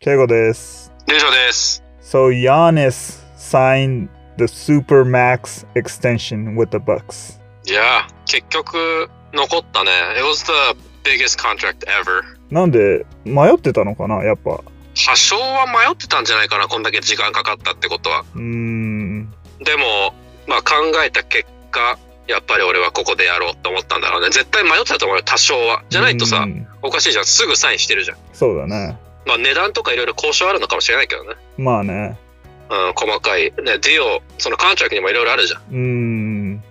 敬語です。以上です。 So Giannis signed the super max extension with the Bucks. いやー、結局残ったね。It was the biggest contract ever. なんで迷ってたのかなやっぱ。多少は迷ってたんじゃないかな、こんだけ時間かかったってことは。うーん。でも、まあ考えた結果、やっぱり俺はここでやろうと思ったんだろうね。絶対迷ってたと思うよ、多少は。じゃないとうさ、んおかしいじゃん。すぐサインしてるじゃん。そうだね。まあ値段とかいろいろ交渉あるのかもしれないけどね。まあね。うん、細かい。ね、ディオ、そのcontract にもいろいろあるじゃん。うーん。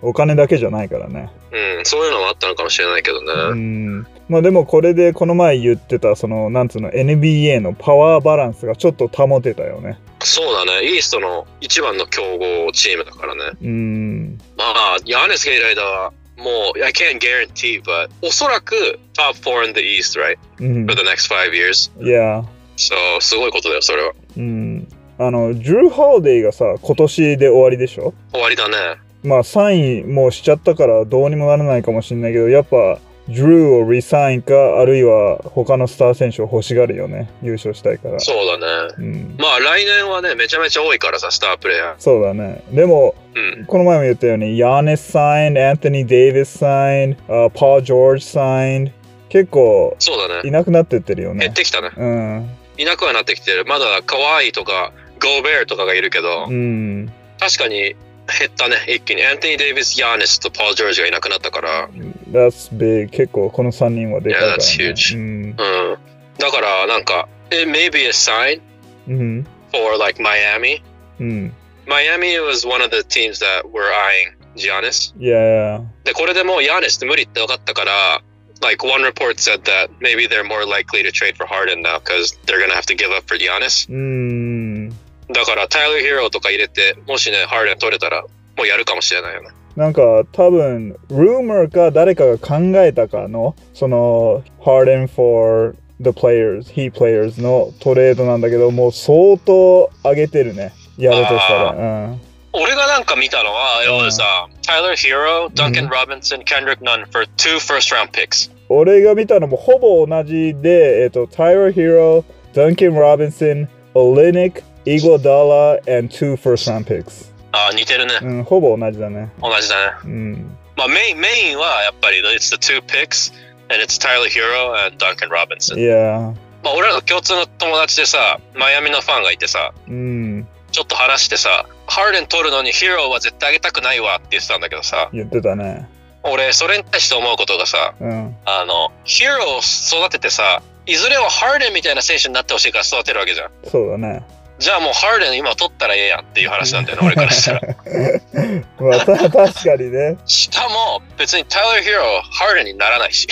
お金だけじゃないからね。うん、そういうのもあったのかもしれないけどね。うん。まあでもこれでこの前言ってた、その、なんつうの、NBA のパワーバランスがちょっと保てたよね。そうだね。イーストの一番の強豪チームだからね。うーん。まあ、ヤーネスがいる間は、もう、I can't guarantee, but おそらく top four in the East, right? うん。 For the next five years. いや、 So, すごいことだよ、それは。うん。あの、ジュー・ハーデイがさ、今年で終わりでしょ終わりだね。まあ、サインもうしちゃったからどうにもならないかもしれないけど、やっぱ、ジューをリサインか、あるいは他のスター選手を欲しがるよね。優勝したいから。そうだね。うん。まあ、来年はね、めちゃめちゃ多いからさ、スタープレイヤー。そうだね。でも、うん。この前も言ったように、ヤーネスサイン、アントニー・デイビスサイン、あパー・ジョージサイン、結構そうだいね。なくなってってるよ減っね。てきたね。うん。いなくはなってきてる。まだ、カワイとか、ゴーベルとかがいるけど、うん。確かに減ったね、一気に。アンティニー・デイビス、ヤーネスとパール・ジョージがいなくなったから。 That's big. 結構この3人はでかいから、ね。 Yeah, that's huge. うん。うん。だから、なんか、it may be a sign うん。 for like Miami. うん。 Miami was one of the teams that were eyeing Giannis. いやいや。で、これでもう Giannis って無理って分かったから、like one report said that maybe they're more likely to trade for Harden now because they're gonna have to give up for Giannis. うん。だから、Tyler Hero とか入れて、もしね、Harden 取れたら、もうやるかもしれないよね。なんか多分、rumor か誰かが考えたかの、その、Harden for the players, he players のトレードなんだけど、もう相当上げてるね。やるとしたら。うん。俺がなんか見たのは、it was、um, Tyler Hero, Duncan うん Robinson, Kendrick Nunn for two first round picks. 俺が見たのもほぼ同じで、えっと、Tyler Hero、Duncan Robinson、Olenek、Iguodala and two first round picks。あー似てるね。うん、ほぼ同じだね。同じだね。うん。まあ、メイン、メインはやっぱり、it's the two picks, and it's Tyler Hero and Duncan Robinson. いやまあ、俺らの共通の友達でさ、マイアミのファンがいてさ、ー、うん。ちょっと話してさ、ハーデン取るのにヒーローは絶対あげたくないわって言ってたんだけどさ、言ってたね。俺、それに対して思うことがさ、うん。あの、ヒーローを育ててさ、いずれはハーデンみたいな選手になってほしいから育てるわけじゃん。そうだね。じゃあもうハーデン今取ったらええやんっていう話なんだよね、俺からした ら。まあ、た確かにね。 しかも、別にタイラー・ヒーローはハーデンにならないし、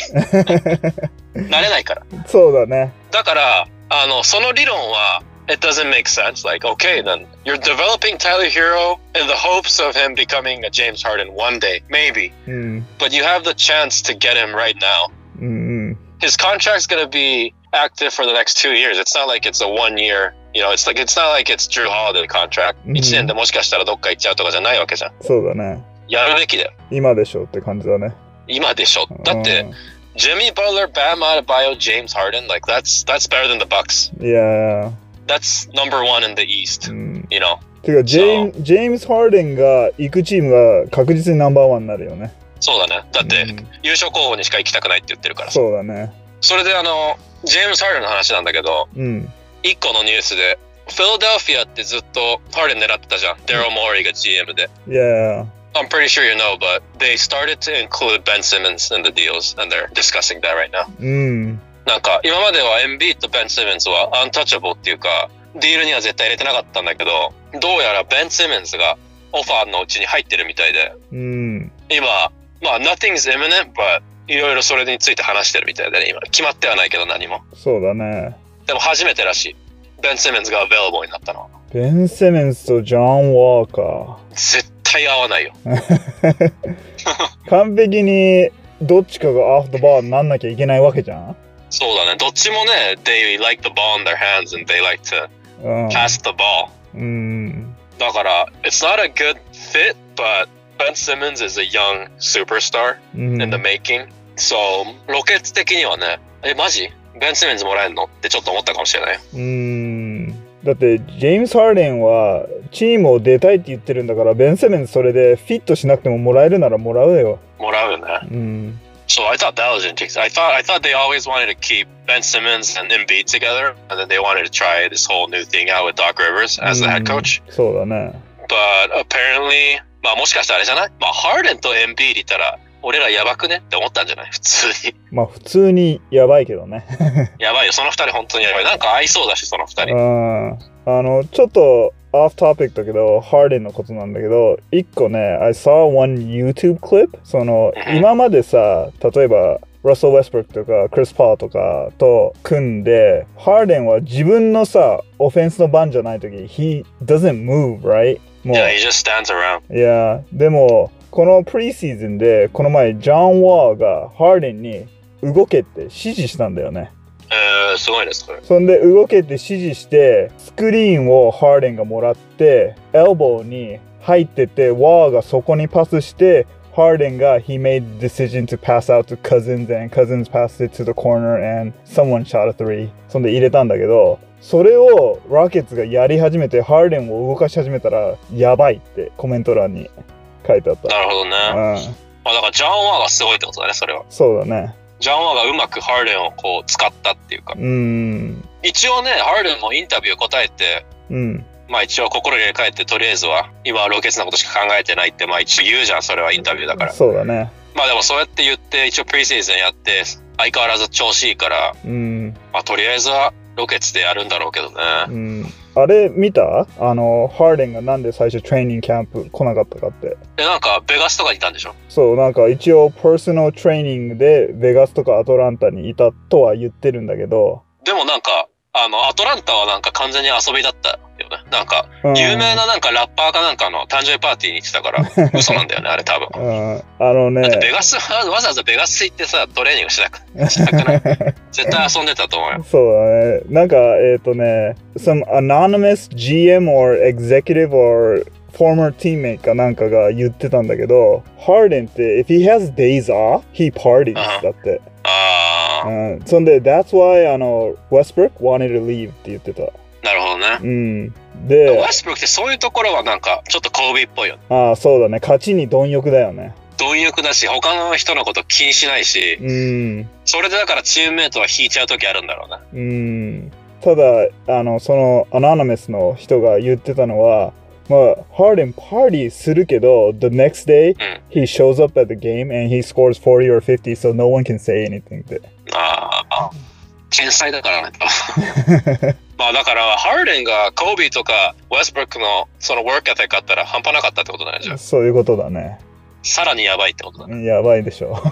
なれないから。そうだね。だから、あの、その理論は、It doesn't make sense. Like, okay, then you're developing Tyler Hero in the hopes of him becoming a James Harden one day, maybe. うん。 But you have the chance to get him right now. うんうん。 His contract's going to be active for the next two years. It's not like it's a one year, you know, it's like, it's not like it's Drew Holiday contract. うん1年でもしかしたらどっか行っちゃうとかじゃないわけじゃん。そうだね。やるべきだよ。今でしょって感じだね。今でし Oh. ょ。だって、Jimmy Butler, Bam Adebayo, James Harden, like, that's, that's better than the Bucks. うん。いやー That's number one in the East, うん。 you know? てか、ジェームジェームス・ハーデンが行くチームが確実にナンバーワンになるよね。そうだね。だって、うん優勝候補にしか行きたくないって言ってるからさ。そうだね。それであの、ジェームス・ハーデンの話なんだけど、うん。一個のニュースで、フィラデルフィアってずっとハーデン狙ってたじゃん。デロ・モーリーが GM で。いやー I'm pretty sure you know, but they started to include Ben Simmons in the deals, and they're discussing that right now. うん。なんか、今までは MB と Ben Simmons は untouchable っていうか、ディールには絶対入れてなかったんだけど、どうやら Ben Simmons がオファーのうちに入ってるみたいで、うん。今、まあ、nothing's imminent, but いろいろそれについて話してるみたいだね、今。決まってはないけど何も。そうだね。でも初めてらしい。ベン・セメンズが available になったのは。ベン・セメンスとジョン・ワーカ絶対合わないよ。ー。完璧にどっちかがアフターバーになんなきゃいけないわけじゃん。そうだね。どっちもね、they like the ball in their hands and they like to うん。 pass the ball. うん。だから、it's not a good fit, but Ben Simmons is a young superstar うん in the making. So, ロケッツ的にはね、え、マジベン・シメンズもらえるのってちょっと思ったかもしれない。うーんだってジェームス・ハーデンはチームを出たいって言ってるんだからベン・セメンズそれでフィットしなくてももらえるならもらうよ。もらうよね。うん So I thought that was interesting. I thought I thought they always wanted to keep Ben Simmons and Embiid together, and then they wanted to try this whole new thing out with Doc Rivers as the head coach. うんそうだね。 But apparently, まあもしかしたらあれじゃないまあ、ハーデンとエンビーデいたら、俺らやばくねって思ったんじゃない普通に。まあ普通にやばいけどね。やばいよ、その二人本当にやばい。なんか合いそうだし、その二う人。ん。あの、ちょっとオフトピックだけど、ハーデンのことなんだけど、一個ね、I saw one YouTube clip。その、うん今までさ、例えば、ラッソー・ウェストブルックとかクリス・パーとかと組んで、ハーデンは自分のさ、オフェンスの番じゃないとき、he doesn't move, right? もう、 Yeah, he just stands around. いやーでもこのプリシーズンでこの前ジョン・ワーがハーデンに動けって指示したんだよねえー、すごいです、これ。そんで動けって指示してスクリーンをハーデンがもらってエルボーに入っててワーがそこにパスしてハーデンが he made decision to pass out to cousins and cousins passed it to the corner and someone shot a three そんで入れたんだけどそれをラケッツがやり始めてハーデンを動かし始めたらやばいってコメント欄に書いてあったなるほどうね。ん、まあ、だから、ジャン・ワーがすごいってことだね、それは。そうだね。ジャン・ワーがうまくハーデンをこう使ったっていうか。うん。一応ね、ハーデンもインタビュー答えて、うん。まあ一応心に入れ替えて、とりあえずは、今はロケツのことしか考えてないって、まあ一応言うじゃん、それはインタビューだから。そうだね。まあでもそうやって言って、一応プリシーズンやって、相変わらず調子いいから、うん。まあとりあえずはロケツでやるんだろうけどね。うん。あれ見たあの、ハーデンがなんで最初トレーニングキャンプ来なかったかって。で、なんか、ベガスとかにいたんでしょそう、なんか一応パーソナルトレーニングでベガスとかアトランタにいたとは言ってるんだけど。でもなんか、あの、アトランタはなんか完全に遊びだったよね。なんか、うん有名ななんかラッパーかなんかの誕生日パーティーに行って たから、嘘なんだよね、あれ多分。うん。あのだってね。ベガス、 わざわざベガス行ってさ、トレーニングしなくしたくない 絶対遊んでたと思うよ。そうだね。なんか、えっ、とね、some anonymous GM or executive or former teammate かなんかが言ってたんだけど、ハーデンって、if he has days off, he parties あだって。あうん、そんで、that's why あの、Westbrook wanted to leave って言ってた。ー、なるほどね。うん。でワ、ェストブルックってそういうところはなんか、ちょっとコービーっぽいよね。ああ、そうだね。勝ちに貪欲だよね。貪欲だし、他の人のこと気にしないし、うん。それでだからチームメイトは引いちゃう時あるんだろうな。うん。ただ、あの、その、アナナメスの人が言ってたのは、まあ、ハーデンパーティーするけど、the next day, ん he shows up at the game and he scores 40 or 50, so no one can say anything って。ああ、天才だからね。 まあだから、ハーデンがコービーとか、ウェストブルックのそのワークエティックあったら半端なかったってことなんじゃん。そういうことだね。さらにやばいってことだ ね。やばいでしょ。もっ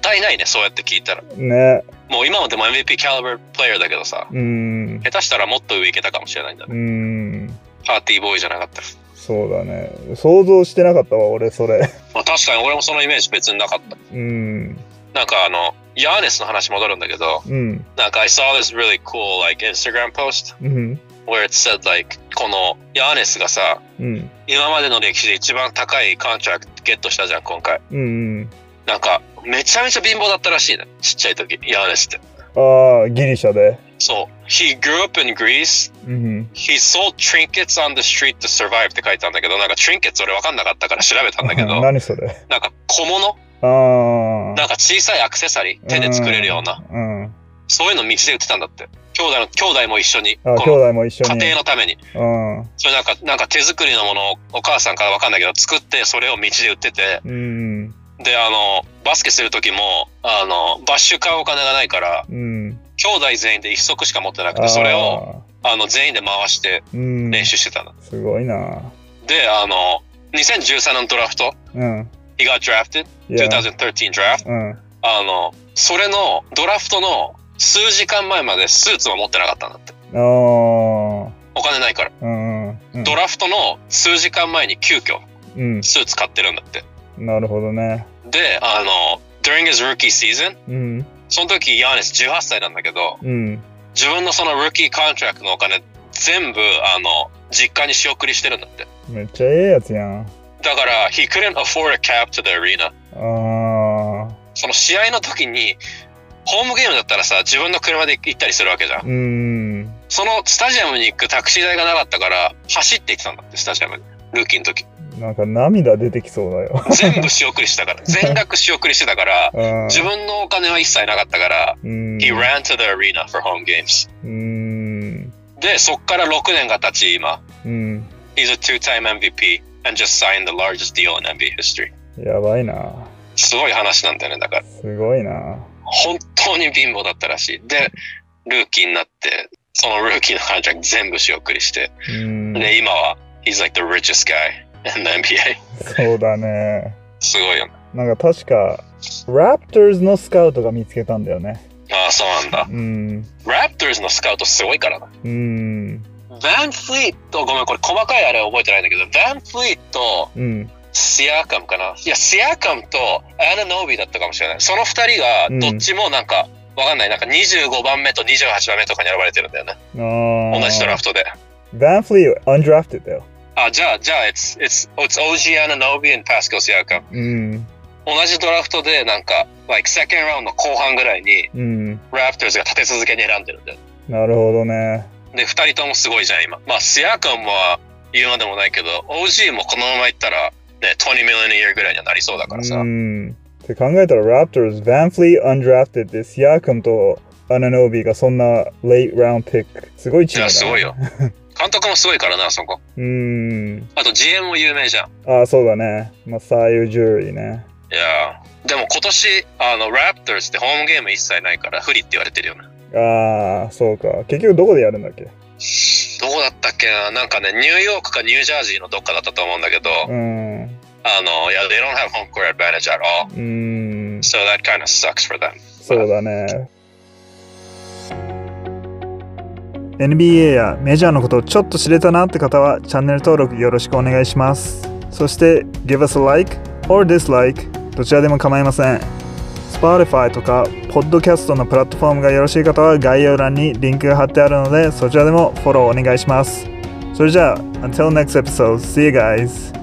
たいないね、そうやって聞いたら。ね。もう今もでも MVP キャラバープレイヤーだけどさ、うん。下手したらもっと上行けたかもしれないんだね。うん。パーティーボーイじゃなかったら。そうだね。想像してなかったわ、俺、それ。まあ確かに俺もそのイメージ別になかった。うん。なんかあの、ヤーネスの話戻るんだけど、うん。なんか I saw this really cool like Instagram post うん。 where it said like このヤーネスがさ、うん。今までの歴史で一番高いコントラクトゲットしたじゃん、今回。うん。なんか、めちゃめちゃ貧乏だったらしいね。ちっちゃい時、ヤーネスって。ああ、ギリシャで。そう。He grew up in Greece. うん。 He sold trinkets on the street to survive って書いてあるんだけど、なんか trinkets 俺わかんなかったから調べたんだけど、何それ。なんか小物あなんか小さいアクセサリーあ。手で作れるような。うん。うん。そういうの道で売ってたんだって。兄弟の、兄弟も一緒に。あ、兄この弟も一緒家に。庭のために。それなんか、なんか手作りのものをお母さんからわかんないけど作って、それを道で売ってて。うん。うん。で、あの、バスケする時も、あの、バッシュ買うお金がないから、うん。兄弟全員で一足しか持ってなくあて、あそれを、。あの、全員で回してうん。練習してたの。すごいな。で、あの、2013のドラフト、うん。 he got drafted, いや。 2013 draft, うん。あの、それのドラフトの数時間前までスーツも持ってなかったんだって。ああ。お金ないから。うん。うんドラフトの数時間前に急遽うん。スーツ買ってるんだって。なるほどね。で、あの、during his rookie season、うん。その時ヤーネス18歳なんだけど、うん。自分のその rookie コントラクトのお金全部、あの、実家に仕送りしてるんだって。めっちゃええやつやん。 だから、he couldn't afford a cab to the arena. ああ。その試合の時にホームゲームだったらさ、自分の車で行ったりするわけじゃん。うん。そのスタジアムに行くタクシー代がなかったから、走って行ってたんだって、スタジアムに。ルーキーの時。なんか涙出てきそうだよ。全部仕送りしてたから、全額仕送りしてたから、うん自分のお金は一切なかったから、うん。 he ran to the arena for home games. うん。で、そっから6年が経ち、今。うん。 He's a two-time MVP and just signed the largest deal in NBA history. やばいな。すごい話なんだよね、だから。すごいな。本当に貧乏だったらしい。で、ルーキーになって、そのルーキーのcontract 全部仕送りして。うん。で、今は、he's like the richest guy in the NBA. そうだね。すごいよね。なんか確か、ラプターズのスカウトが見つけたんだよね。ああ、そうなんだ。うん。ラプターズのスカウトすごいからな。うん。ヴァンフリート、ごめん、これ細かいあれは覚えてないんだけど、ヴァンフリート、うん。シアカムかな。いや、シアカムとアナ・ノービーだったかもしれない。その二人うんが、どっちもなんか、わかんない。なんか25番目と28番目とかに選ばれてるんだよね。同同じドラフトで。バンフリー、undrafted だよ。あ、じゃあ、じゃあ、it's, it's, it's OG アナ・ノービー and Pascal シアカム。うん。同じドラフトで、なんか、like second round の後半ぐらいに、うん。ラプターズが立て続けに選んでるんだよ。なるほどね。で、二人ともすごいじゃん、今。まあ、シアカムは言うまでもないけど、OG もこのままいったら、ね、20 million a year ぐらいにはなりそうだからさ。うん。って考えたら、ラプターズ、バンフリー、undrafted で、シアカムとアナノービーがそんな late round pick。すごいチいームだ、や、ね。すごいよ。。監督もすごいからな、そこ。うん。あと GM も有名じゃん。ああ、そうだね。マサイユ・ジュリーね。いやーでも今年、あの、ラプターズってホームゲーム一切ないから不利って言われてるよね。ああ、そうか。結局どこでやるんだっけどこだったっけななんかね、ニューヨークかニュージャージーのどっかだったと思うんだけど、うん。うあの、いや、they don't have home court advantage at all. ーん。 So that kind of sucks for them. そうだね。NBA やメジャーのことをちょっと知れたなって方はチャンネル登録よろしくお願いします。そして Give us a like or dislike どちらでも構いません。Spotify とか Podcast のプラットフォームがよろしい方は概要欄にリンクが貼ってあるのでそちらでもフォローお願いします。それじゃあ Until next episode, see you guys!